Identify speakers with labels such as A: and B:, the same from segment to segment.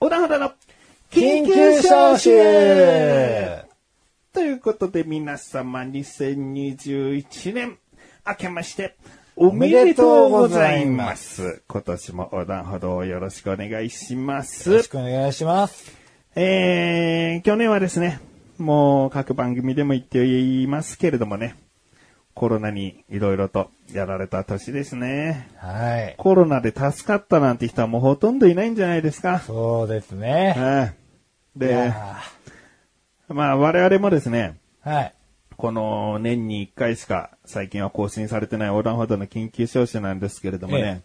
A: 小田原の
B: 緊急招集
A: ということで皆様2021年明けましておめでとうございます。今年も横断歩道をよろしくお願いしま
B: よろ
A: す
B: し。くお願いします。
A: えー、去年はですね、もう各番組でも言っていますけれどもね、コロナにいろいろとやられた年ですね。
B: はい。
A: コロナで助かったなんて人はもうほとんどいないんじゃないですか。
B: そうですね。
A: はい。
B: い
A: で、
B: や
A: まあ我々もですね、
B: ーはい。
A: この年に1回しか最近は更新されてない横断歩道の緊急招集なんですけれどもね、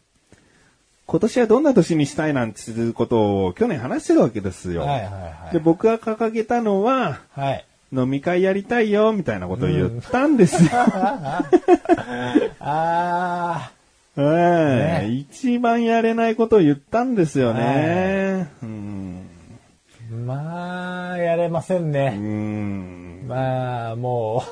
A: 今年はどんな年にしたいなんていうことを去年話してるわけですよ。
B: はいはいはい
A: で、僕が掲げたのは、
B: はい。
A: 飲み会やりたいよ、みたいなことを言ったんですよ。
B: あ
A: ええ
B: ね
A: 一番やれないことを言ったんですよね。うん。
B: ー、まあ、やれません
A: う
B: ね。
A: ん。
B: まあ、も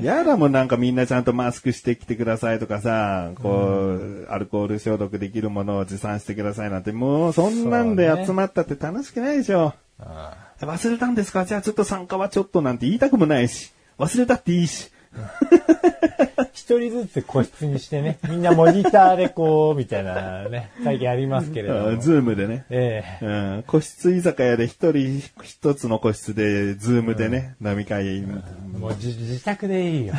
A: やだもんなんかみんなちゃんとマスクしてきてくださいとかさ、こう、アルコール消毒できるものを持参してくださいなんて、もうそんなんで
B: そうね
A: 集まったって楽しくないでしょ。
B: う、あ
A: 忘れたんですかじゃあちょっと参加はちょっとなんて言いたくもないし、忘れたっていいし。
B: ー一人ずつ個室にしてね、みんなモニターでこう、みたいなね、最近ありますけれど
A: あ
B: も。
A: ズームでね。
B: ええ
A: うん個室居酒屋で一人一つの個室で、ズームでね、飲み会、うん
B: もう自自宅でいいよ。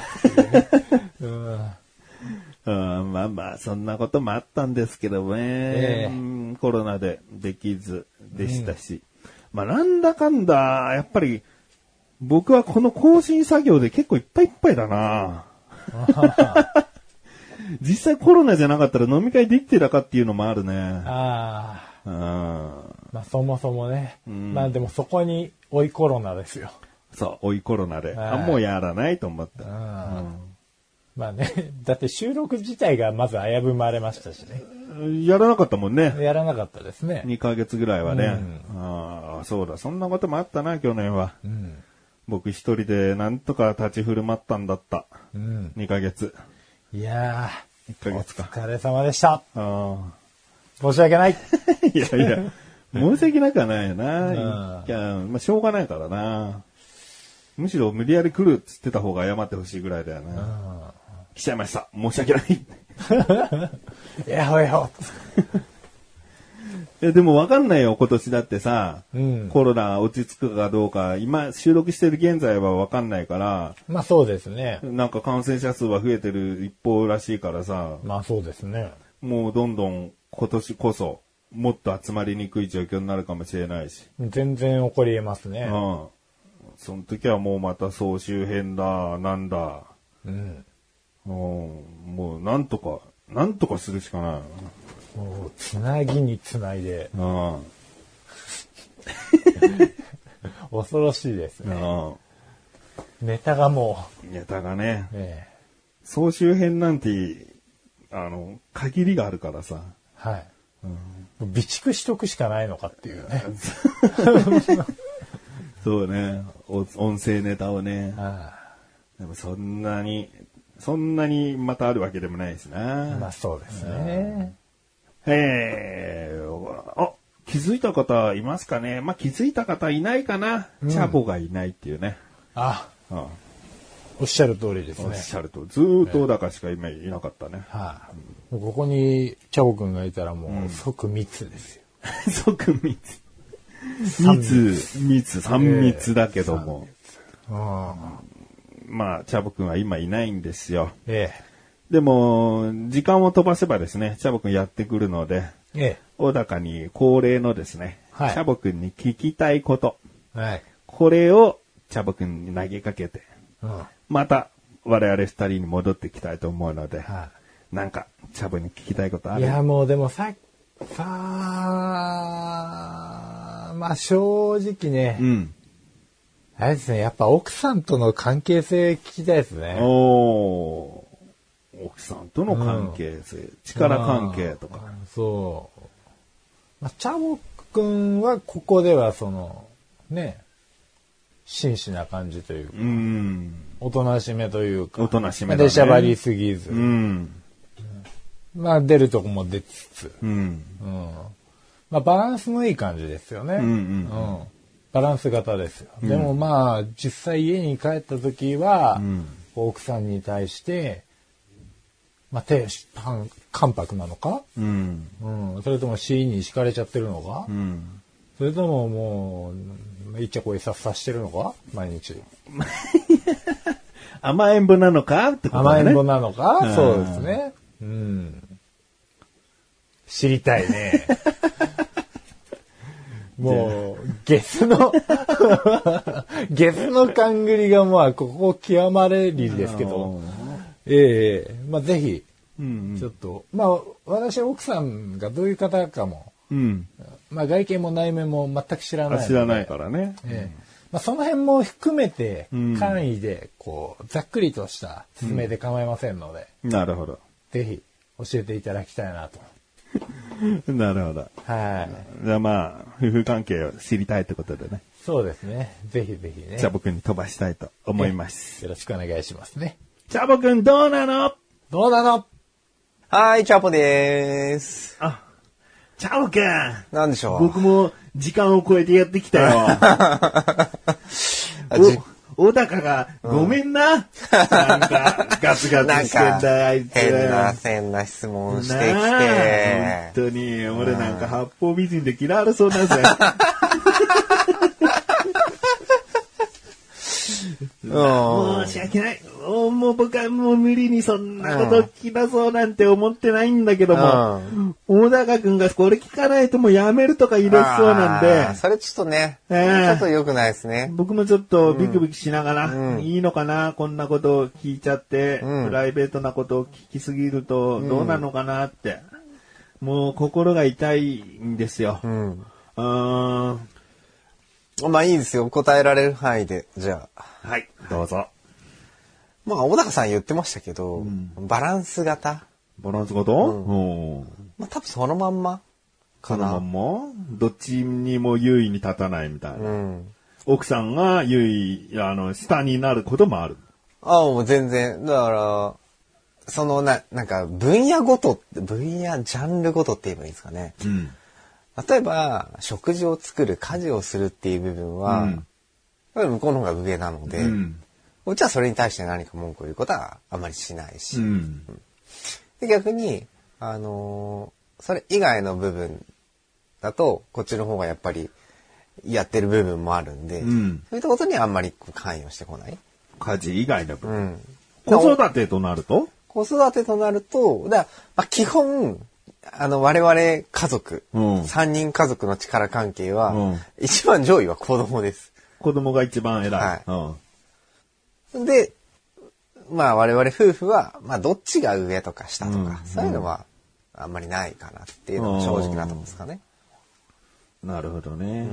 B: うん
A: まあまあ、そんなこともあったんですけどね、
B: ええ
A: うんコロナでできずでしたし、まあなんだかんだ、やっぱり僕はこの更新作業で結構いっぱいいっぱいだな。 実際コロナじゃなかったら飲み会できてたかっていうのもあるね。
B: ああ、
A: うん
B: まあそもそもね。
A: ん
B: まあでもそこに追いコロナですよ。
A: そう、追いコロナで。あ
B: はい
A: もうやらないと思っ
B: う
A: た。
B: んまあね、 だって収録自体がまず危ぶまれましたしね。
A: やらなかったもんね。
B: やらなかったですね。
A: 2ヶ月ぐらいはね。
B: うん
A: ああ、そうだ。そんなこともあったな、去年は。
B: うん。
A: 僕一人でなんとか立ち振る舞ったんだった。
B: うん。
A: 2ヶ月。
B: いや
A: 1ヶ
B: ー、お
A: 月か。
B: 疲れ様でした。
A: あ
B: 申し訳ない。
A: あ。い やいや、申し訳なくはないよな。
B: うん
A: いや、まあ、しょうがないからな。むしろ無理やり来るっつってた方が謝ってほしいぐらいだよな。来ちゃいました。申し訳ない。 い
B: やほやほ。
A: や、でもわかんないよ、今年だってさ。
B: うん。
A: コロナ落ち着くかどうか、今収録してる現在はわかんないから、
B: まあそうですね。
A: なんか感染者数は増えてる一方らしいからさ、
B: まあそうですね。
A: もうどんどん今年こそ、もっと集まりにくい状況になるかもしれないし。
B: 全然起こり得ます
A: う
B: ね。
A: ん。その時はもうまた総集編だ、なんだ。
B: うん。
A: うん。もうなんとか、なんとかするしかない。
B: もう、つなぎにつないで、
A: うん。うん。
B: 恐ろしいですね。ネタがも
A: ネタがね
B: う、、ええ
A: 総集編なんて、あの、限りがあるからさ。
B: はい。備蓄しとくしかないのかっていうね。
A: そうね。お音声ネタをね。
B: あ
A: でもそんなに、そんなにまたあるわけでもないし
B: あま
A: な。
B: あそうですね。
A: えー、あ、気づいた方いますかねまあ、気づいた方いないかな、チャボがいないっていうね。
B: あ、
A: うん、
B: おっしゃる通りです
A: おっ
B: ね。
A: しゃると、ずーっと小高しか今いなかった ね。
B: はい、もうここに、チャボくんがいたらもう即密ですよ。
A: 即密。
B: 三
A: 密、密、三密だけども。
B: うん。
A: まあ、チャボくんは今いないんですよ。
B: え
A: でも、時間を飛ばせばですね、チャボくんやってくるので、
B: え。え
A: 小高に恒例のですね、
B: はい
A: チャボくんに聞きたいこと、
B: え。はい。
A: これをチャボくんに投げかけて、
B: うん。は
A: また我々二人に戻ってきたいと思うので、
B: い、
A: なんか、チャボに聞きたいことあ
B: い
A: る
B: や、もうでもさ、さあ、まあ正直ね、
A: うん。
B: あれですね、やっぱ奥さんとの関係性聞きたいですね。
A: おー奥さんとの関係性、力関係とか。
B: うん。そう。まあ、チャボくんはここではその、ね、真摯な感じというか、
A: うん。
B: おとなしめというか、
A: おとなしめだね
B: でしゃばりすぎず、
A: うん。
B: まあ出るとこも出つつ、
A: うん。
B: うん。まあ、バランスのいい感じですよね。
A: うんうん
B: うんバランス型ですよ。でもまあ、実際家に帰った時は、
A: ん
B: 奥さんに対して、まあ、手、半関白なのか、
A: うん。
B: うん、それとも C に敷かれちゃってるのか、
A: うん。
B: それとももう、いっちゃこいさっさしてるのか毎日。
A: 甘えん坊なのかってこと
B: 甘
A: だ
B: え
A: ね。
B: ん坊なのか、
A: うん
B: そうですね。うん。知りたいね。 もう、ゲスの、 ゲスの勘繰りがまあ、ここ極まれりですけど、ええまあぜひ、
A: うん
B: ちょっと、まあ私は奥さんがどういう方かも、
A: うん。うん。
B: まあ外見も内面も全く知らないの
A: あ
B: で。
A: 知らないからね。
B: ええまあ、その辺も含めて
A: うん、
B: 簡易で、こう、ざっくりとした説明で構いませんので、
A: なるほど。
B: ぜひ、教えていただきたいなと。
A: なるほど。
B: はい。
A: じゃあまあ、夫婦関係を知りたいってことでね。
B: そうですね。ぜひぜひね。
A: チャボくんに飛ばしたいと思います。
B: よろしくお願いしますね。
A: チャボくんどうなの
B: どうなの
C: はい、チャポでーす。
A: あ、チャボくん
C: なんでしょう
A: 僕も時間を超えてやってきた よ。
C: あじ
A: お、小高が、ごめんな。なんか、ガツガ
C: な
A: ツ
C: ん
A: してん
C: か
A: だ、あい、つ。
C: 変な、変な質問してき
A: なあ
C: て。
A: 本当に、俺なんか八方美人で嫌われそうなんだよ。
C: うん。
A: 申し訳ない。もうもう僕はもう無理にそんなこと聞き出そうなんて思ってないんだけども、小高くんがこれ聞かないともうやめるとか言い出しそうなん
C: あー
A: で、
C: それちょっとね、
A: ええ
C: ちょっと良くないですね。
A: 僕もちょっとビクビクしながら、
C: うん
A: いいのかなこんなことを聞いちゃって、
C: うん
A: プライベートなことを聞きすぎるとどうなのかなって。もう心が痛いんですよ。
C: う。
A: うんーん。は
C: まあいいですよ。答えられる範囲で。じゃあ。
A: い、どうぞ。
C: まあ、小高さん言ってましたけど、バランス型。
A: バランスごと、うん、
C: まあ多分そのまんま
A: こ
C: か
A: のま
C: な。
A: んまどっちにも優位に立たないみたいな。
C: うん。
A: 奥さんが優位、あの、下になることもある。
C: ああ、もう全然。だから、そのな、なんか分野ごとって、分野、ジャンルごとって言えばいいんですかね。
A: うん。
C: 例えば、食事を作る、家事をするっていう部分は、
A: うん
C: やっぱり向こうの方が上なので、
A: う。
C: うんちはそれに対して何か文句を言うことはあまりしないし、
A: うん。
C: で逆に、あのーそれ以外の部分だと、こっちの方がやっぱりやってる部分もあるんで、
A: うん
C: そういったことにはあんまりこう関与してこない。
A: 家事以外の部
C: う
A: 分。
C: ん、
A: 子育てとなると
C: 子育てとなると、だまあ、基本、あの、我々家族、
A: うん
C: 三3人家族の力関係は、
A: うん
C: 一番上位は子供です。
A: 子供が一番偉い。
C: で、まあ我々夫婦は、まあどっちが上とか下とか、
A: うん
C: そういうのはあんまりないかなっていうのが正直なところですかね。
A: うん。なるほどね。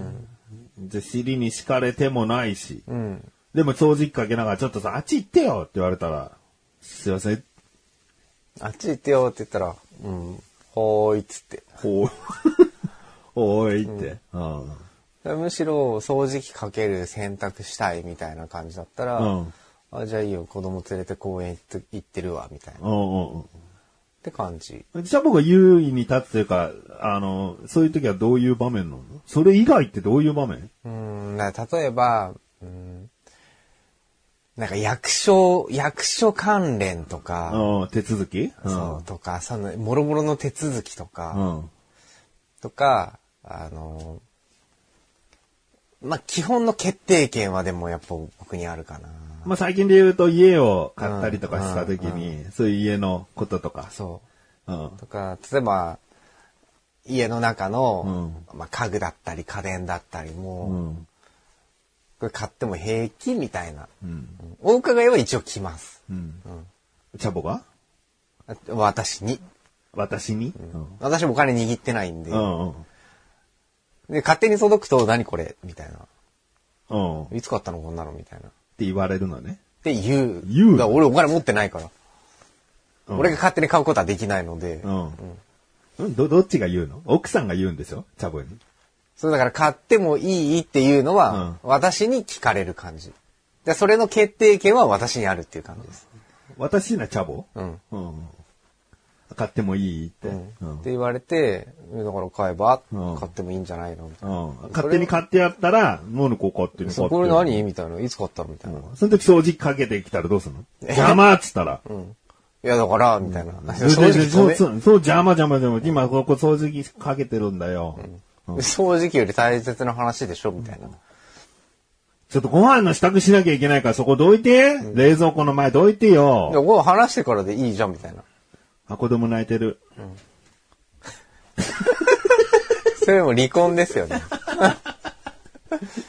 A: じゃあ尻に敷かれてもないし。
C: うん。
A: でも掃除機かけながらちょっとさ、あっち行ってよって言われたら、すいません。
C: あっち行ってよって言ったら、うん、ほーいっつって。
A: ほう。 おいって。うん。
C: むしろ掃除機かける洗濯したいみたいな感じだったら、
A: うん
C: あじゃあいいよ子供連れて公園行って行ってるわみたいな
A: う。んうんうん。
C: って感じ。
A: じゃあ僕は優位に立つというか、あの、そういう時はどういう場面なのそれ以外ってどういう場面
C: うん、だから例えば、うん、なんか役所、役所関連とか、
A: うん、手続き
C: そう、とか、その、もろもろの手続きとか、
A: うん。
C: とか、あの、まあ、基本の決定権はでもやっぱ僕にあるかな。
A: まあ、最近で言うと家を買ったりとかした時に、そういう家のこととか。
C: そ
A: うん
C: う。。とか、例えば、家の中の、まあ、家具だったり家電だったりも、
A: うん。
C: これ買っても平気みたいな。
A: うん。
C: うんお伺いは一応来ます。
A: うん。チャボが
C: あ私に。
A: 私にうん。
C: 私もお金握ってないんで。
A: うん。
C: で、勝手に届くと、何これみたいな。
A: うん。って
C: いつ買ったのこんなのみたいな。っ
A: 言われるのね。
C: て言う。
A: 言う
C: だから俺お金持ってないから。
A: うん
C: 俺が勝手に買うことはできないので。
A: うん。うん。ど、どっちが言うの奥さんが言うんでしょチャボに。
C: そうだから買ってもいいっていうのは、私に聞かれる感じ。で、それの決定権は私にあるっていう感じです。
A: 私なチャボ
C: うん。
A: うん。買ってもいいって。う
C: っ
A: ん
C: て言われて、だから買えば
A: うん
C: 買ってもいいんじゃないのみたいな。
A: うん勝手に買ってやったら、もうのこ買ってる
C: そうこれ何みたいな。いつ買ったのみたいな。い
A: その時掃除機かけてきたらどうする の邪魔っつったら。
C: や、だから、みたいな。
A: そう
C: 正直
A: そ
C: ご
A: う
C: めん
A: そう、そう邪魔邪魔邪魔。今ここ掃除機かけてるんだよ。
C: 正直より大切な話でしょみたいな。
A: ちょっとご飯の支度しなきゃいけないからそこどいて、冷蔵庫の前どいて
C: で
A: よ。
C: も、話してからでいいじゃん、みたいな。
A: あ、子供泣いてる。
C: それも離婚ですよね。だ か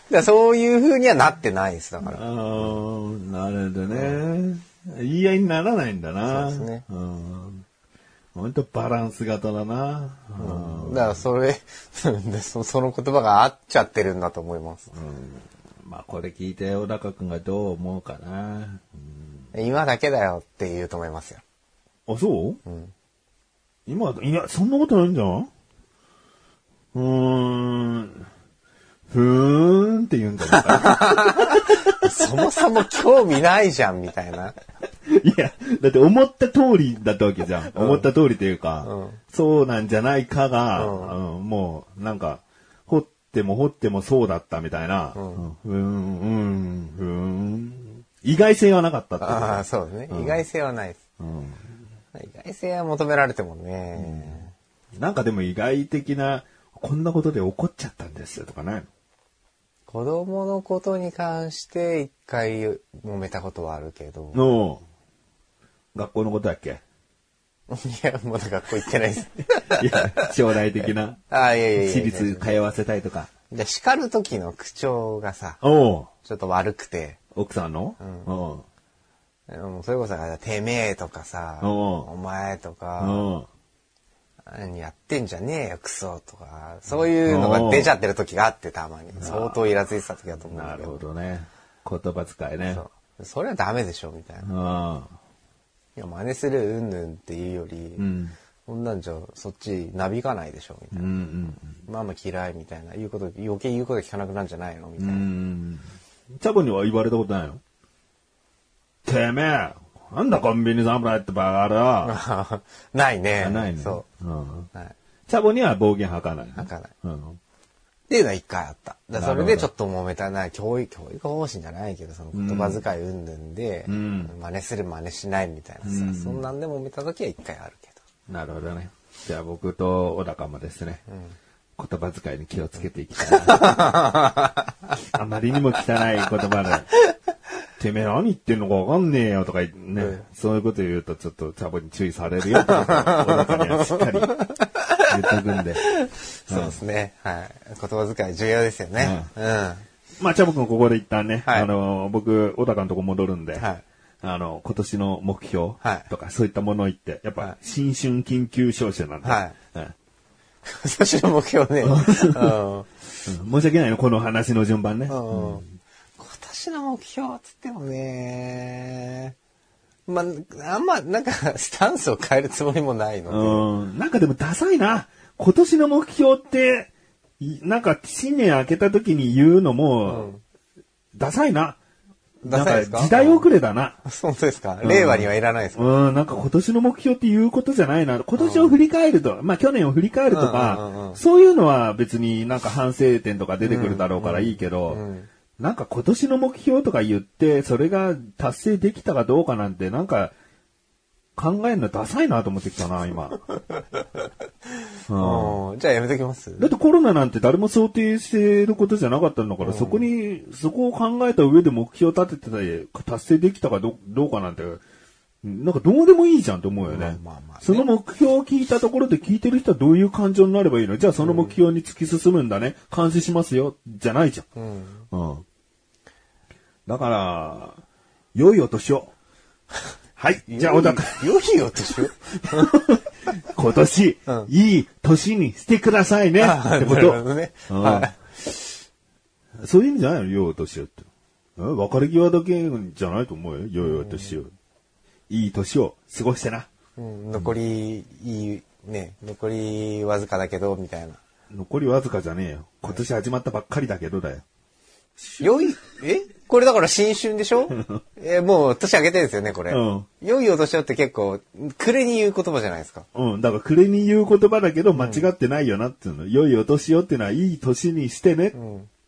C: らそういう風にはなってないです、だか
A: あ
C: ら。
A: ーなるほどね。言い合いにならないんだな。
C: そうですね
A: うん。ほんとバランス型だな。うん
C: だから、それ、 でそその言葉が合っちゃってるんだと思います。
A: まあこれ聞いて小高くんがどう思うかな。
C: 今だけだよって言うと思いますよ。
A: あ、そう、今、いや、そんなことないんじゃんうーん。ふーんって言うんだから。
C: そもそも興味ないじゃん、みたい な。
A: いや、だって思った通りだったわけじゃん。思った通りというか、
C: うん
A: そうなんじゃないかが、うんもう、なんか、掘っても掘ってもそうだったみたいな、うん、ふーん、うん、ふーん。意外性はなかったってこと
C: ああ、そうですね。意外性はないです。意外性は求められてもね。
A: なんかでも意外的な、こんなことで怒っちゃったんですよとかないの
C: 子供のことに関して一回揉めたことはあるけど。 い
A: の学校のことだっけ
C: や、まだ学校行ってない です。
A: いや、将来的な。
C: ああ、いやいやいや。
A: 私立通わせたいとか。
C: じゃあ叱る時の口調がさ、
A: おう
C: ちょっと悪くて、
A: 奥さんのおう
C: もうそれこそさ、てめえとかさ、
A: うん
C: お前とか、
A: おう
C: 何やってんじゃねえよ、クソとか、そういうのが出ちゃってる時があって、たまに。相当イラついてた時だと思うん
A: な
C: だけ
A: る
C: ど。
A: ほどね。言葉遣いね。
C: そうそれはダメでしょ、みたいな。い
A: あ
C: や、真似するうんぬんっていうより、
A: ん
C: こんなんじゃ、そっち、なびかないでしょ、みたい
A: うん
C: な。
A: うん
C: ママ嫌い、みたいな。言うこと、余計言うこと聞かなくなるんじゃないのみたいな。
A: うん。チャコには言われたことないのてめえなんだコンビニ侍ってバカだ
C: ないね。
A: ないね。
C: そ
A: うん
C: う。はい。っ
A: チャボには暴言吐かないの。
C: 吐かない
A: うん。
C: ていうのは一回あった。だからそ
A: な
C: れ
A: る
C: で
A: ほ
C: ち
A: ど
C: ょっと揉めたな、教育、教育方針じゃないけど、その言葉遣いうんぬんで、
A: ん
C: 真似する真似しないみたいなさ、そんなんで揉めた時は一回あるけ
A: なるほどね。じゃあ僕と小高もですね、言葉遣いに気をつけていきたいな。あまりにも汚い言葉 で、てめえ何言ってんのかわかんねえよとか言ってね、
C: うん
A: そういうこと言うとちょっとチャボに注意されるよってことを小高にはしっかり言っとくん で。
C: ど。そうですね。はい。言葉遣い重要ですよね。うん。
A: まあチャボ君ここで一旦ね、
C: はい
A: あの、僕、小高のとこ戻るんで、
C: はい
A: あの、今年の目標
C: はい
A: とか、そういったものを言って、やっ
C: はい
A: ぱ、新春緊急招集なんで、
C: はい
A: うん
C: 今年の目標ね。うん。
A: うん申し訳ないの、この話の順番ね。
C: うん今年の目標っつってもね、まあ、あんま、なんか、スタンスを変えるつもりもないので。
A: うん。なんかでもダサいな。今年の目標って、いなんか新年明けた時に言うのも、ダサいな。
C: ダサいですか
A: なん時代遅れだな。
C: 本当ですか令和にはいらないですか、
A: うん、なんか今年の目標っていうことじゃないな。今年を振り返ると、まあ去年を振り返ると
C: うんうんうん
A: か
C: う、ん
A: そういうのは別になんか反省点とか出てくるだろうからいいけど、なんか今年の目標とか言って、それが達成できたかどうかなんて、なんか考えるのダサいなと思ってきたな、今。うん
C: うんじゃあやめときます
A: だってコロナなんて誰も想定してることじゃなかったんだから、そこに、そこを考えた上で目標立ててた達成できたかどどうかなんて、なんかどうでもいいじゃんと思うよね。
C: まあまあまあね
A: その目標を聞いたところで聞いてる人はどういう感情になればいいのじゃあその目標に突き進むんだね。監視しますよ。じゃないじゃん。うん。だから、良いお年を。はい。じゃあ、小高。
C: 良いお年を
A: 今年、
C: うん
A: いい年にしてくださいね。
C: あ
A: っ
C: あ、
A: て
C: な
A: こ
C: る
A: と
C: ほ。どね。
A: うん
C: は
A: そういうんじゃないの良いお年をって。え別れ際だけじゃないと思うよ。良いお年を。いい年を過ごしてな。
C: い。うん残り、いい、ね、残りわずかだけど、みたいな。
A: 残りわずかじゃねえよ。今年始まったばっかりだけどだよ。
C: 良い、えこれだから新春でしょえーもう年明けてるんですよね、これ。
A: うん
C: 良いお年をって結構、暮れに言う言葉じゃないですか。
A: うん。だから、暮れに言う言葉だけど、間違ってないよなっていうの。良いお年をっていうのは、いい年にしてねっ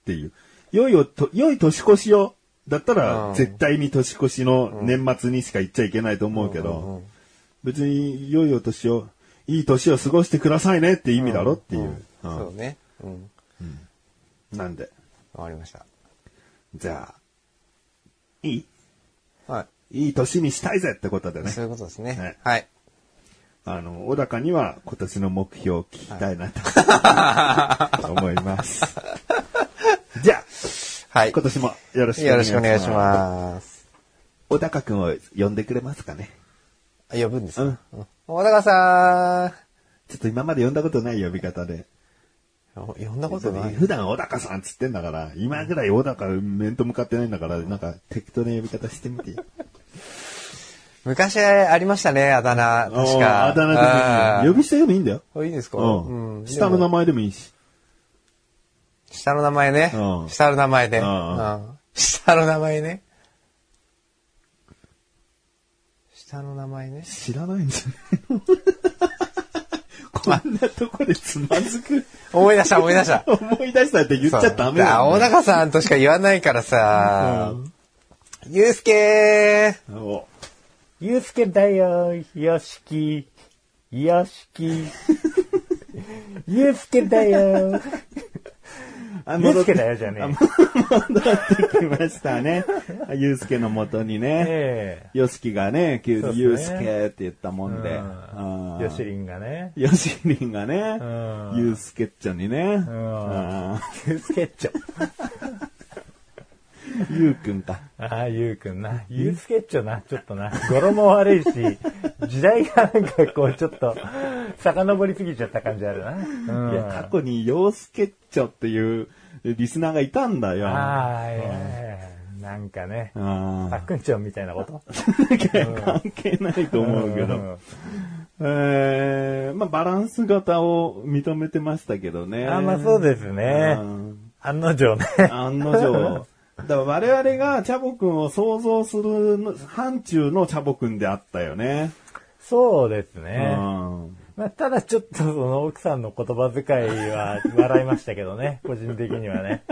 A: ていう。良いおと、良い年越しを。だった
C: う
A: ら
C: ん、
A: 絶対に年越しの年末にしか言っちゃいけないと思うけど、別に、良いお年を、いい年を過ごしてくださいねって意味だろっていう。う
C: そうんね。うん。
A: なんで。
C: わかりました。
A: じゃあ、いい
C: はい
A: い年にしたいぜってことで
C: い。
A: ね
C: そう。いうことです
A: はい
C: ね。はい。
A: あの、小高には今年の目標を聞きたいなと、 思います。じゃ
C: は
A: あ、
C: い
A: 今。年もよろしくお
C: よ
A: 願
C: ろ
A: い
C: し
A: し
C: くお
A: ます。
C: 願いします。
A: 小高くんを呼んでくれますかね
C: あ呼ぶんです
A: う
C: か
A: ん。
C: 小高さ
A: ちょっと今まで呼んだことない呼び方で。
C: ん。呼んだことない。
A: 普段小高さんっつってんだから、今ぐらい小高面と向かってないんだから、なんか適当な呼び方してみてよ。
C: 昔ありましたね、あだ名。確か。
A: あだ名でもいいんだよ呼び捨てでもいいんだよ。
C: あいいんですか
A: うん。
C: うん
A: 下の名前でもいいし。
C: 下の名前ね
A: う。ん
C: 下の名前で。
A: う
C: うんん下の名前ね。下の名前ね。
A: 知らないんじゃないのこんなとこでつまずく。
C: 思い出した思い出した。
A: 思い出したって 言っちゃダメだ
C: だ。
A: よ、
C: 小
A: ね。
C: 高さんとしか言わないからさ。ゆうすけ
A: お
B: ゆうすけだよ、よしき。よし き。ゆうすけだよ。
A: あ
B: ゆうすけだよじゃね
A: あ戻ってきましたね。ゆうすけのもとに
B: え。
A: ね。
B: え
A: よしきがね、急
B: そうっ
A: に
B: すね
A: ゆうすけって言ったもんで。
B: え。よしりんがね。
A: よしりんがね
B: うん、
A: ゆうすけっちゃんにね、
B: ん
A: あ
B: ゆうすけっちょ。
A: ーゆうくんか。
B: ああ、ゆうくんな。ゆうすけっちょな、ちょっとな。語呂も悪いし、時代がなんかこう、ちょっと、遡りすぎちゃった感じあるな。うん。
A: いや、過去にようすけっちょっていうリスナーがいたんだよ。
B: ああ、いやいやいやなんかね、
A: あ
B: パックンチョンみたいなこと。
A: ー関係ないと思うけど。えー、まあバランス型を認めてましたけどね。
B: あーまあそうですね
A: う。ん
B: 案の定ね。
A: 案の定。だから我々がチャボくんを想像するの範疇のチャボくんであったよね。
B: そうです
A: う
B: ね。
A: ん。
B: まあ、ただちょっとその奥さんの言葉遣いは笑いましたけどね、個人的にはね。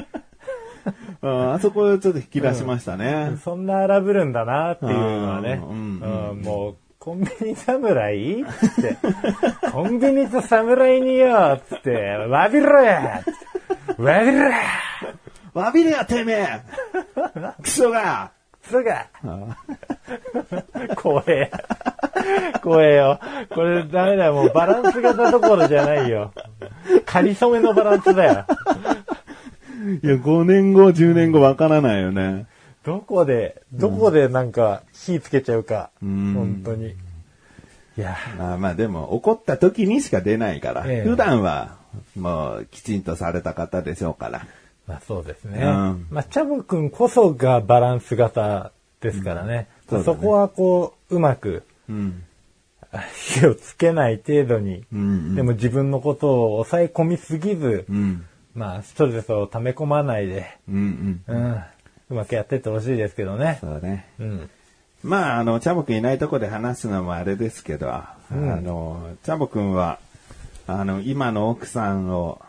A: うんあそこをちょっと引き出しましたね。
B: そんな荒ぶるんだなっていうのはね、
A: う
B: うんん
A: うん
B: もうコンビニ侍って、 コンビニと侍によっつって、わびろやっつってわびろや
A: わびれやてめえクソが
B: すぐ怖え。怖えよ。これダメだよ。もうバランス型どころじゃないよ。かりそめのバランスだよ。
A: いや、5年後、10年後わからないよね。
B: どこで、どこでなんか火つけちゃうか。
A: ん
B: 本当に。いや、
A: あまあでも、怒った時にしか出ないから。
B: ええ
A: 普段は、もう、きちんとされた方でしょうから。
B: まあそうですね。
A: うん
B: まあチャボくんこそがバランス型ですからね。
A: うんそうだ
B: そ
A: ね
B: こはこう、うまく
A: うん。
B: あ火をつけない程度に、
A: うんうん
B: でも自分のことを抑え込みすぎず、
A: うん。
B: まあストレスを溜め込まないで、
A: うんうん。
B: うん、うまくやってってほしいですけどね。
A: そうね。
B: うん。
A: まあ、あの、チャボくんいないとこで話すのもあれですけど、あの、チャボくんは、あの、今の奥さんを、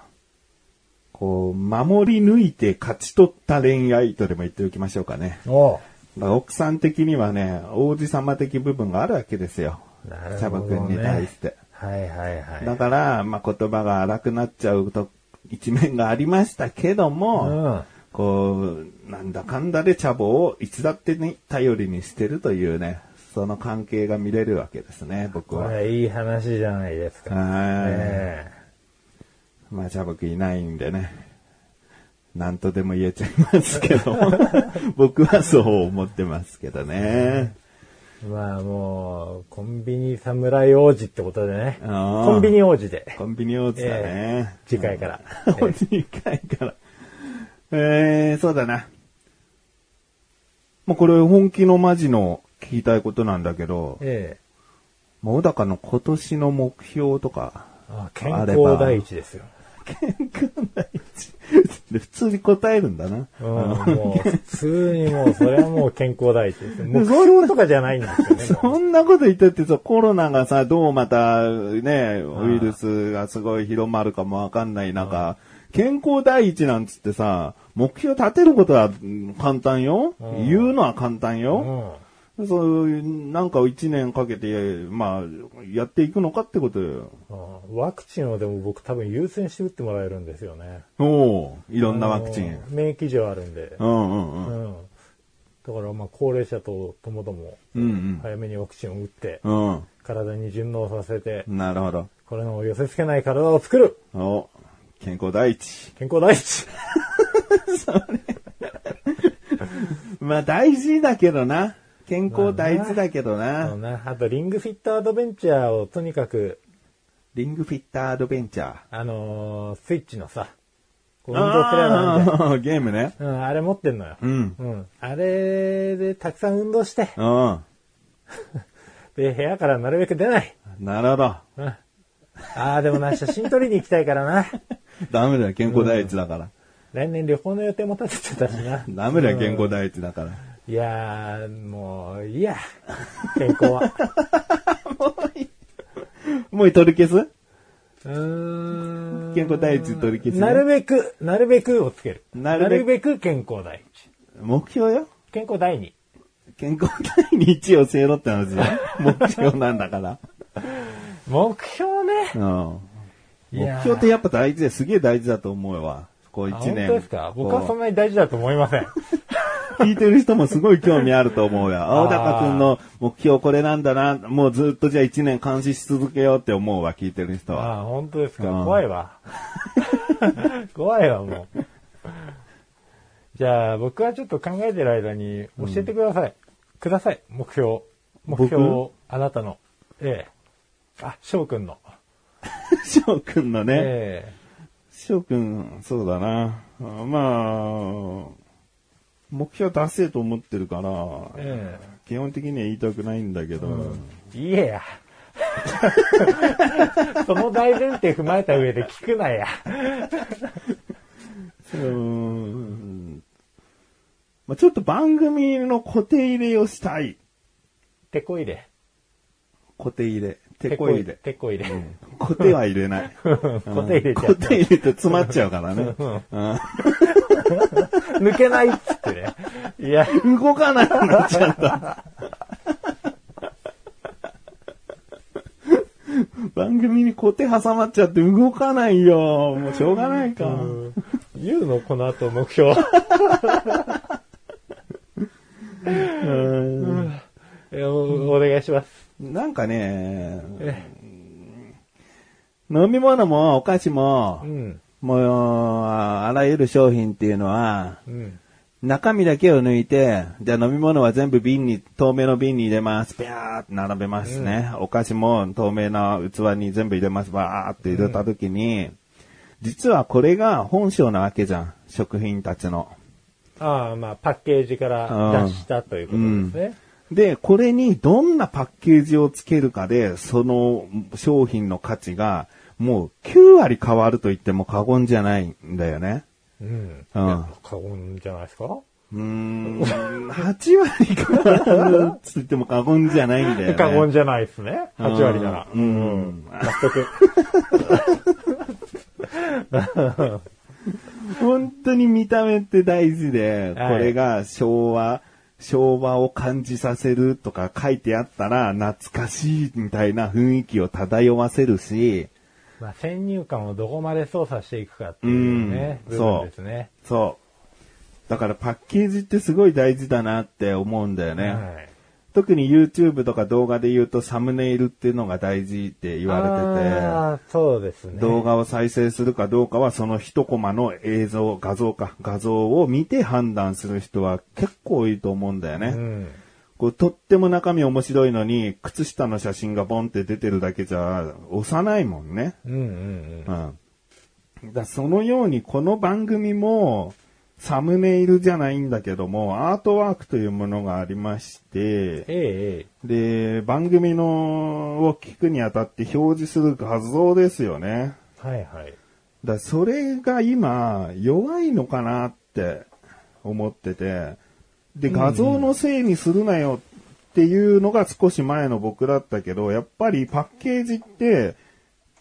A: こう、守り抜いて勝ち取った恋愛とでも言っておきましょうかね。
B: お
A: だから奥さん的にはね、王子様的部分があるわけですよ。
B: うなるほど、ね。
A: チャボくんに対して。。
B: はいはいはい。
A: だから、まあ、言葉が荒くなっちゃうと、一面がありましたけども、
B: うん
A: こう、なんだかんだでチャボをいつだってね、頼りにしてるというね、その関係が見れるわけですね、僕
B: こ
A: は。
B: れいい話じゃないですか。
A: はい
B: え
A: まあ、チャボくんいないんでね、なんとでも言えちゃいますけど、 僕はそう思ってますけどね。
B: えまあもう、コンビニ侍王子ってことでね。
A: あー
B: コンビニ王子で。
A: コンビニ王子だね。
B: ええ次回から。
A: 本当に深いから。えー、そうだな。もうこれ本気のマジの聞きたいことなんだけど、
B: ええ
A: もう小高の今年の目標とか、
B: あ健康第一ですよ。
A: 健康第一。 で普通に答えるんだな。
B: うん、も う、普通にもう、それはもう健康第一です。目標とかじゃないんですよね。
A: そんなこと言ったってさ、コロナがさ、どうまたね、ウイルスがすごい広まるかもわかんない中、健康第一なんつってさ、目標立てることはうん簡単よ。言うのは簡単よ。
B: も
A: そういう、なんかを一年かけて、まあ、やっていくのかってことよ。
B: うん、うん。ワクチンをでも僕多分優先して打ってもらえるんですよね。
A: おういろんなワクチ
B: あ
A: ン
B: の。免疫上あるんで
A: う。んうんう。
B: うんん。だからまあ高齢者とともども
A: うん
B: 早めにワクチンを打って、
A: うん。
B: 体に順応させて
A: う、ん。なるほど。
B: これの寄せ付けない体を作る
A: お健康第一。
B: 健康第 一
A: まあ大事だけどな。健康第一だけどな
B: そう。な。あと、リングフィットアドベンチャーをとにかく、
A: リングフィッターアドベンチャー。
B: あのースイッチのさ、こう運動するやつあるじゃん
A: ああ、ゲームね。
B: うん、あれ持ってんのよ。
A: うん。
B: うん。あれでたくさん運動して、
A: うん。
B: で、部屋からなるべく出ない。
A: なるほど。
B: うん。ああ、でもな、写真撮りに行きたいか らな。
A: ダメだよ、健康第一だから。
B: 来年旅行の予定も立ててたし な。
A: ダメだよ、健康第一だから。
B: いやー、もう、いいや。健康 は。
A: もう取り消す
B: うーん。
A: 健康第一取り消すね
B: なるべく、なるべくをつける。
A: なるべく
B: 健康第一。
A: 目標よ。
B: 健康第二。
A: 健康第一をせよって話 だよ。目標なんだから。
B: 目標ね。
A: うん。
B: いやー
A: 目標ってやっぱ大事ですげえ大事だと思うわ。こう一
B: あ
A: 年。
B: 本当ですか僕はそん
A: こ
B: なに大事だと思いません。
A: う聞いてる人もすごい興味あると思う よ。青高くんの目標これなんだな。もうずっとじゃあ一年監視し続けようって思うわ、聞いてる人は。
B: ああ、本当ですか。
A: うん
B: 怖い わ。怖いわ、もう。じゃあ、僕はちょっと考えてる間に教えてください。ください、目標。目標を、あなたの。ええ。あ、翔くんの。
A: 翔くんのね。
B: え
A: 翔くん、そうだな。あまあ、目標達成と思ってるから、
B: え。え
A: 基本的には言いたくないんだけど、
B: え。いえや。 その大前提踏まえた上で聞くなや。
A: うんまあ、ちょっと番組の固定入れをしたい。
B: てこいで。
A: 固定入れ。手こ入れ。
B: てこいで。
A: 固定は入れない。
B: こて入れちゃ
A: 固
B: っ
A: 定入れて詰まっちゃうからね。
B: た。抜けないっつってね。いや。
A: うん 動かなくなっちゃ った。番組に固定挟まっちゃって動かないよ。もうしょうがないか。
B: 言うのこの後 目標。
A: うん
B: えおお願いします。
A: なんかね、
B: え
A: 飲み物もお菓子も、
B: うん。
A: もう、あらゆる商品っていうのは、
B: うん。
A: 中身だけを抜いて、じゃあ飲み物は全部瓶に、透明の瓶に入れます。ぴゃーって並べますね。お菓子も透明な器に全部入れます。ばーって入れた時に、実はこれが本性なわけじゃん。食品たちの。
B: ああ、まあ、パッケージから出したということですね。
A: で、これにどんなパッケージをつけるかで、その商品の価値が、もう9割変わると言っても過言じゃないんだよね。
B: うん。
A: うん
B: いや過言じゃないですか
A: うーん、8割変わると言っても過言じゃないんだよね。
B: 過言じゃないですね。8割なら。
A: う
B: うん
A: ん。
B: 納得。
A: 本当に見た目って大事で、
B: はい
A: これが昭和、昭和を感じさせるとか書いてあったら懐かしいみたいな雰囲気を漂わせるし、
B: まあ、先入観をどこまで操作していくかっていうね、
A: うん
B: 部分ですね。
A: そう。だからパッケージってすごい大事だなって思うんだよね。
B: はい
A: 特に YouTube とか動画で言うとサムネイルっていうのが大事って言われてて。
B: ああ、そうですね。
A: 動画を再生するかどうかはその一コマの映像、画像か、画像を見て判断する人は結構多いと思うんだよね。
B: うん。
A: こうとっても中身面白いのに、靴下の写真がボンって出てるだけじゃ押さないもんね。
B: うんうん
A: うん。だそのようにこの番組も、サムネイルじゃないんだけども、アートワークというものがありまして、
B: ええええ。
A: で、番組のを聞くにあたって表示する画像ですよね。
B: はいはい。
A: だからそれが今、弱いのかなって思ってて、で、画像のせいにするなよっていうのが少し前の僕だったけど、やっぱりパッケージって、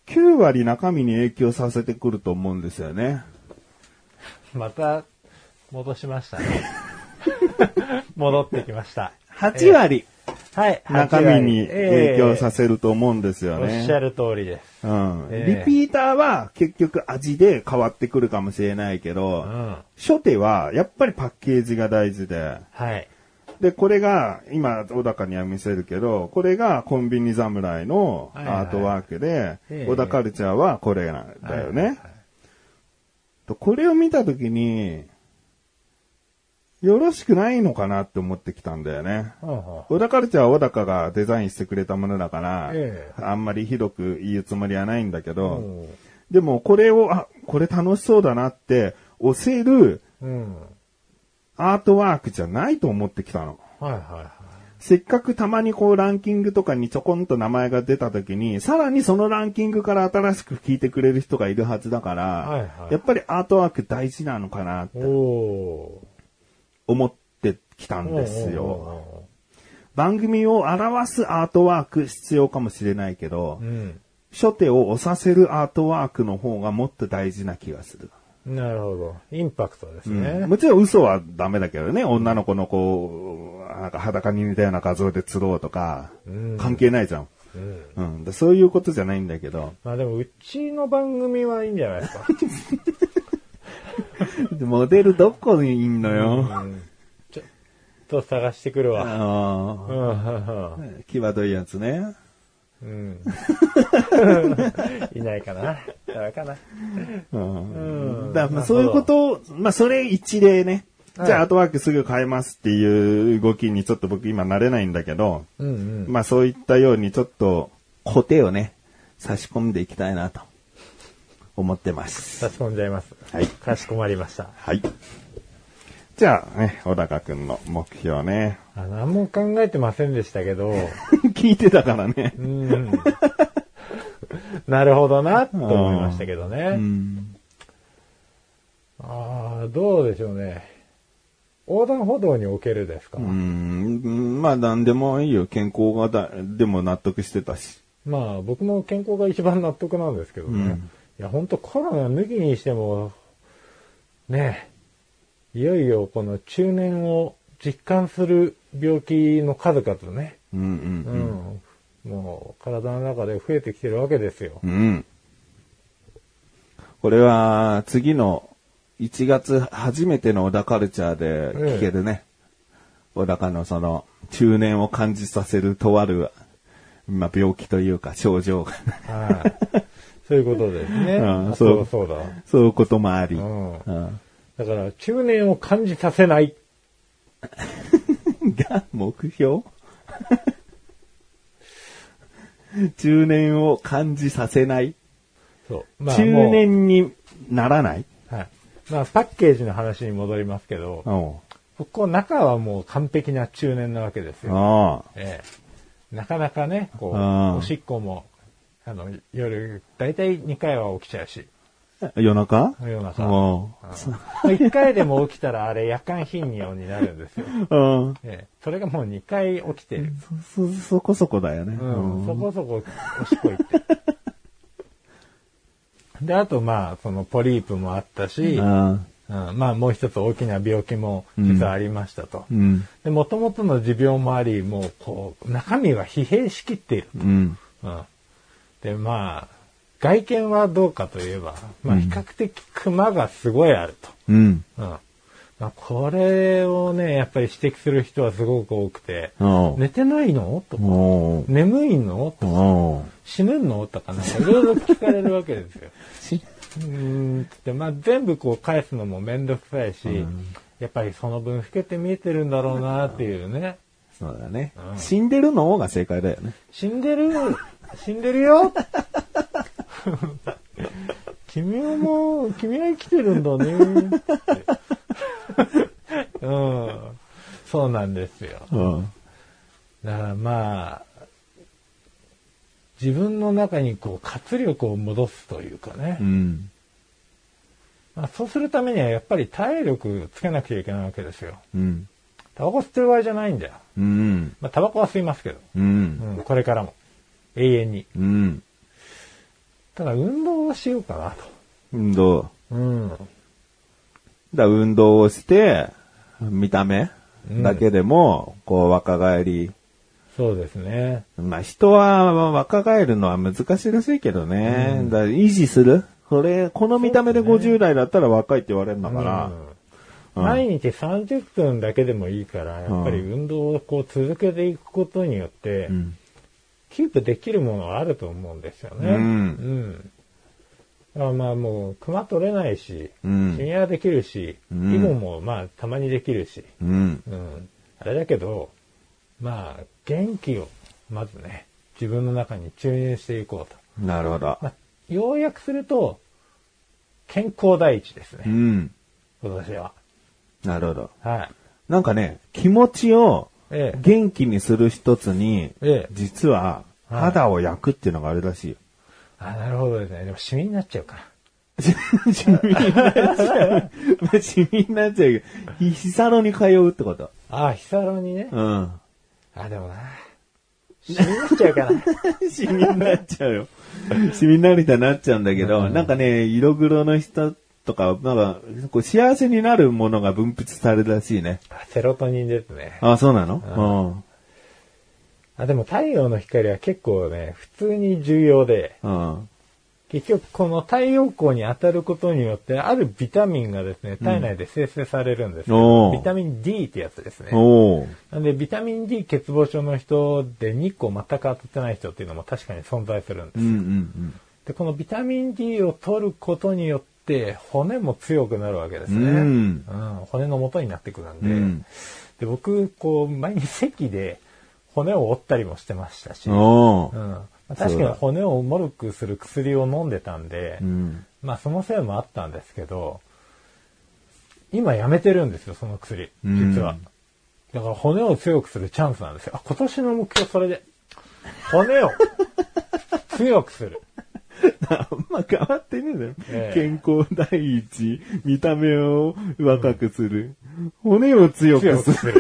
A: 9割中身に影響させてくると思うんですよね。
B: また、戻しましたね。 戻ってきました。
A: 8割
B: はい。
A: 中身に影響さ
B: せ
A: せると思うんですよ
B: おっ
A: ね
B: し。ゃる通りで
A: う
B: す。
A: ん
B: ええ
A: リピーターは結局味で変わってくるかもしれないけど、
B: うん。
A: 初手はやっぱりパッケージが大事で、
B: はい。
A: で、これが、今、小高には見せるけど、これがコンビニ侍のア
B: はいはい
A: ートワークで、
B: ええ
A: 小田カルチャーはこれなんだよね。
B: はいはいはい
A: とこれを見たときに、よろしくないのかなって思ってきたんだよね。
B: うんうん
A: 小田カルチャーは小高がデザインしてくれたものだから、
B: ええ
A: あんまりひどく言うつもりはないんだけど、
B: うん
A: でもこれを、あ、これ楽しそうだなって、押せる
B: うん。
A: アートワークじゃないと思ってきたの。
B: はいはいはい。
A: せっかくたまにこうランキングとかにちょこんと名前が出た時に、さらにそのランキングから新しく聞いてくれる人がいるはずだから、
B: はいはい
A: やっぱりアートワーク大事なのかなって
B: お
A: 思ってきた
B: ー。
A: んですよ。
B: おーお
A: 番組を表すアートワーク必要かもしれないけど、
B: ーおーうん。
A: 初手を押させるアートワークの方がもっと大事な気がする。
B: なるほど。インパクトです
A: うん
B: ね。
A: もちろん嘘はダメだけどね、女の子のこう、なんか裸に似たような画像で釣ろうとか、
B: うん
A: 関係ないじゃん。
B: うん
A: うん、でそういうことじゃないんだけど、
B: まあでも、うちの番組はいいんじゃないですか。
A: モデルどこにいんのよ。
B: ちょっと探してくるわ。
A: あ
B: うんうん
A: あ、際どいやつね。
B: うん。いないかな。ダメかな。
A: うん
B: うん
A: だまあそういうことを、まあそれ一例ね。
B: はい
A: じゃあ、アートワークすぐ変えますっていう動きにちょっと僕今慣れないんだけど、
B: うんうん。
A: まあそういったようにちょっと、コテをね、差し込んでいきたいなと、思ってます。
B: 差し込んじゃいます。
A: はい
B: かしこまりました。
A: はい。じゃあね、小高くんの目標ね。
B: あ何も考えてませんでしたけど、
A: 聞いてたからね。
B: うん。 なるほどな、と思いましたけど
A: う
B: ね。
A: ん。
B: ああ、どうでしょうね。横断歩道におけるですか。
A: うん。まあなんでもいいよ。健康がだ、でも納得してたし。
B: まあ僕も健康が一番納得なんですけどね。
A: うん
B: いや本当コロナ抜きにしても、ねえ、いよいよこの中年を実感する病気の数々ね、
A: うん
B: う
A: うん
B: ん、もう体の中で増えてきてるわけで すよ。
A: うん。うん。これは、次の1月初めての小田カルチャーで聞けるね。小高のその、中年を感じさせるとある、まあ病気というか症状が。
B: はい。そういうことですね。
A: うん
B: あ
A: そう
B: そうだ。
A: そういうこともあり。
B: うん
A: うん
B: だから中年を感じさせない。
A: が目標 中年を感じさせない。
B: そう。まあ
A: 中
B: もう
A: 年にならない
B: はい。まあパッケージの話に戻りますけど、
A: お
B: ここ中はもう完璧な中年なわけですよ。
A: ああ。
B: ええ、なかなかね、こ
A: うん
B: う、おしっこも、あの、夜、だいたい2回は起きちゃうし、
A: 夜中
B: 夜中。
A: お
B: 1回でも起きたらあれ夜間頻尿になるんですよ。
A: ううん。
B: ええ、それがもう2回起きてる。
A: そ、そそこそこだよね。
B: うん、
A: うん
B: そこそこおしっこ行って。で、あとまあ、そのポリープもあったし、うん、
A: ああ
B: まあもう一つ大きな病気も実はありましたと。
A: うん。
B: で、元々の持病もあり、もうこう、中身は疲弊しきっている。
A: うん。
B: うんで、まあ、外見はどうかといえば、まあ、比較的クマがすごいあると。
A: うん。
B: うん。まあ、これをね、やっぱり指摘する人はすごく多くて、
A: お
B: 寝てないのとか、
A: おう
B: 眠いのとか、
A: おう
B: 死ぬのとか、なんかいろいろ聞かれるわけですよ。
A: し
B: うーん、つって、まあ、全部こう返すのもめんどくさいし、
A: うん
B: やっぱりその分老けて見えてるんだろうなっていうね。
A: そうだね
B: う。ん
A: 死んでるのが正解だよね。
B: 死んでる死んでるよ君はもう、君は生きてるんだね。ってうん。そうなんですよ。
A: うん。
B: だからまあ、自分の中にこう活力を戻すというかね
A: う、ん。
B: まあ、そうするためにはやっぱり体力つけなくちゃいけないわけですよ。
A: うん。
B: タバコ吸ってる場合じゃないんだよ。
A: うん。
B: まあ、タバコは吸いますけど。
A: う。
B: うんん、これからも。永遠に。
A: うん。
B: ただ、運動をしようかな
A: 運動。
B: と。うん。
A: だ運動をして、見た目だけでも、こう若返り。
B: そうですね。
A: まあ人は若返るのは難しいらしいけどね。だから維持するそれ、この見た目で50代だったら若いって言われるんだから。
B: うん毎日30分だけでもいいから、やっぱり運動をこう続けていくことによって、
A: ん
B: キープできるものはあると思うんですよ
A: う
B: ね。
A: ん
B: うんだからまあもう、熊取れないし、
A: うん
B: シミはできるし、
A: ん
B: リボンもまあたまにできるし、
A: うん。
B: うんあれだけど、まあ、元気を、まずね、自分の中に注入していこうと。
A: なるほど。
B: まあ、要約すると、健康第一です
A: う
B: ね、
A: ん。
B: 今年は。
A: なるほど。
B: はい。
A: なんかね、気持ちを
B: ええ
A: 元気にする一つに、
B: ええ
A: 実は
B: はい
A: 肌を焼くっていうのがあるらしいよ。
B: あ、なるほどですね。でも、シミになっちゃうか。
A: 地味になっちゃう。地味になっちゃうけど、日サロに通うってこと。
B: あ、ヒサロに ね。
A: うん。
B: あ、でもな。シミになっちゃうかな。
A: シミになっちゃうよ。シミになりたなっちゃうんだけど、なんかね、色黒の人とか、なんか、こう幸せになるものが分泌されるらしいね。
B: あセロトニンですね。
A: あ、そうなの
B: あ、でも太陽の光は結構ね、普通に重要で、
A: うん。うん。
B: 結局この太陽光に当たることによって、あるビタミンがですね、体内で生成されるんですよ、
A: おー
B: ビタミン D ってやつですね。
A: おー
B: なんで、ビタミン D 欠乏症の人で日光全く当たってない人っていうのも確かに存在するんです
A: うんう。ん
B: で、このビタミン D を取ることによって、骨も強くなるわけですね。
A: うん
B: うん骨の元になってくるん
A: う
B: で。
A: ん。
B: で、僕、こう、前に席で骨を折ったりもしてましたし、
A: うん。
B: うん
A: おー
B: まあ確かに骨をもろくする薬を飲んでたんで、
A: うん。
B: まあそのせいもあったんですけど、今やめてるんですよ、その薬。実は。だから骨を強くするチャンスなんですよ。あ、今年の目標それで。骨を強くする。
A: あんま変わってねえだろ。
B: ええ
A: 健康第一、見た目を若くする、骨を強く
B: 強
A: す
B: く
A: る。
B: する。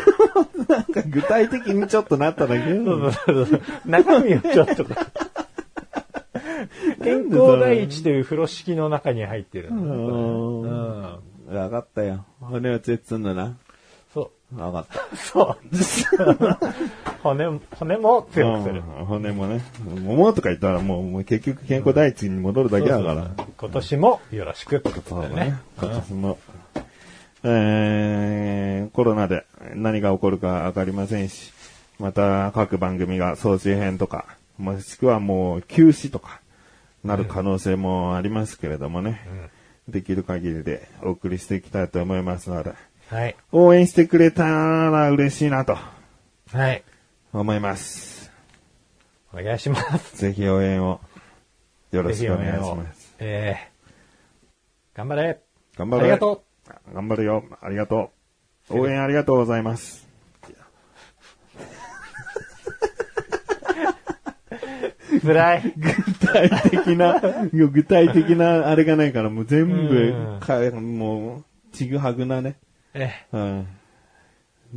A: なんか具体的にちょっとなっただけ。
B: そうそうそう中身をち ょっとこう。健康第一という風呂敷の中に入ってる
A: う
B: の。
A: ん
B: う
A: わ
B: ん。
A: かったよ。骨を強くするんだな。
B: そ
A: わかった。
B: う。そう。骨も、骨も 強くする。
A: うん骨もね。桃とか言ったらもうもう結局健康第一に戻るだけだから。
B: 今年もよろしくってことだよね。
A: 今年も。えー、コロナで何が起こるかわかりませんし、また各番組が総集編とか、もしくはもう休止とか、なる可能性もありますけれどもね。できる限りでお送りしていきたいと思いますので、
B: はい。
A: 応援してくれたら嬉しいなと
B: はい。
A: 思います。
B: お願いします。
A: ぜひ応援をよろしくお願いし
B: ぜひ
A: ま
B: お願いを
A: す。
B: えー頑張れ。
A: 頑張れ。
B: ありがと
A: う。頑張るよ。ありがとう。応援ありがとうございます。
B: う。辛 い。
A: 具体的 な、具体的なあれがないから、もう全
B: う
A: 部
B: ん
A: か、もう、ちぐはぐなね。
B: え
A: うん。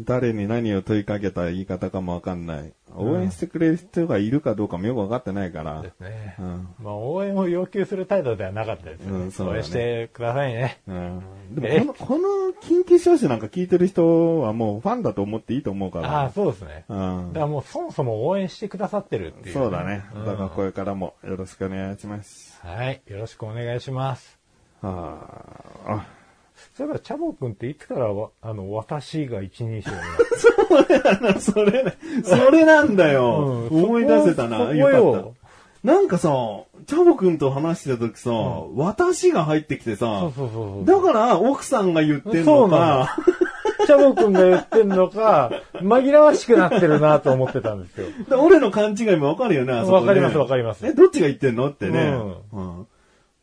A: 誰に何を問いかけた言い方かもわかんない。応援してくれる人がいるかどうかもよくわかってないから
B: ーで。すね。
A: うん。
B: まあ、応援を要求する態度ではなかったですよね。
A: うんそうだ
B: 応
A: ね
B: 援してくださいね。
A: うん、でもこの、この緊急招集なんか聞いてる人はもうファンだと思っていいと思うから。
B: ああ、そうですね。
A: うん
B: だからもうそもそも応援してくださってるっていう、
A: そうだね。だからこ
B: れ。
A: れからもよろしくお願いします。
B: はい。よろしくお願いします。
A: はああ。
B: そういえば、チャボくんっていつからわ、あの、私が一人称になっ
A: それね、それなんだよ。
B: うん
A: 思い出せた
B: そ
A: な。
B: こ
A: よかっ
B: よ
A: た。なんかさ、チャボくんと話してた時さ、私が入ってきて
B: たそ
A: さ
B: う、そうそうそう。
A: だから奥さんが言ってん
B: そ
A: の
B: うな
A: か、
B: チャボくんが言ってんのか、紛らわしくなってるなと思ってたんですよ。
A: で 俺の勘違いもわかるよね、あそこね
B: わかりますわかります
A: え、どっちが言ってんのってね。
B: う
A: うん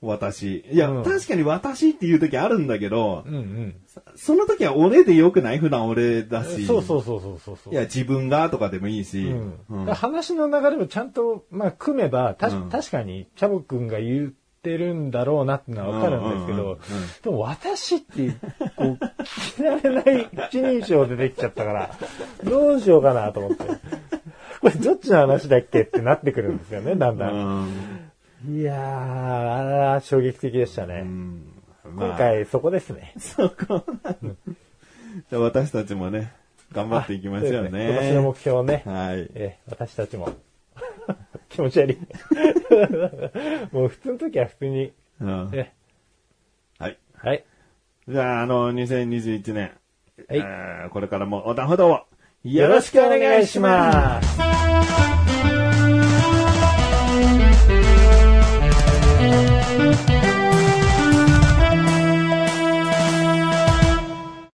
A: 私。いや、
B: うん
A: 確かに私っていう時あるんだけど
B: う、んうん。
A: その時は俺でよくない普段俺だし。
B: そうそうそうそうそうそう。
A: いや、自分がとかでもいいし。
B: うん
A: うん
B: 話の流れをちゃんと、まあ、組めば、たし
A: うん
B: 確かに、チャボくんが言っってるんだろうなってのはわかるんですけ
A: うんうんうんう
B: ど
A: ん、
B: でも私っていう、こう、聞き慣れない一人称出てきちゃったから、どうしようかなと思って。これどっちの話だっけってなってくるんですよね、だんだん。
A: ん。
B: いやー、あー衝撃的でしたね。
A: まあ
B: 今回そこですね。
A: そこなのじゃあ私たちもね、頑張っていきましょう
B: そうです
A: ね。
B: 今年の目標をね、
A: はい。
B: えー私たちも。 気持ち悪い。 もう普通の時は普通に。
A: うん
B: え
A: はい。
B: はい。
A: じゃあ、あの、2021年、
B: はい
A: えーこれからも横断歩道をよ
B: よ
A: ろ
B: ろ
A: し
B: し
A: く
B: く
A: お
B: お
A: 願
B: 願
A: い
B: い
A: し
B: し
A: ます。
B: ます。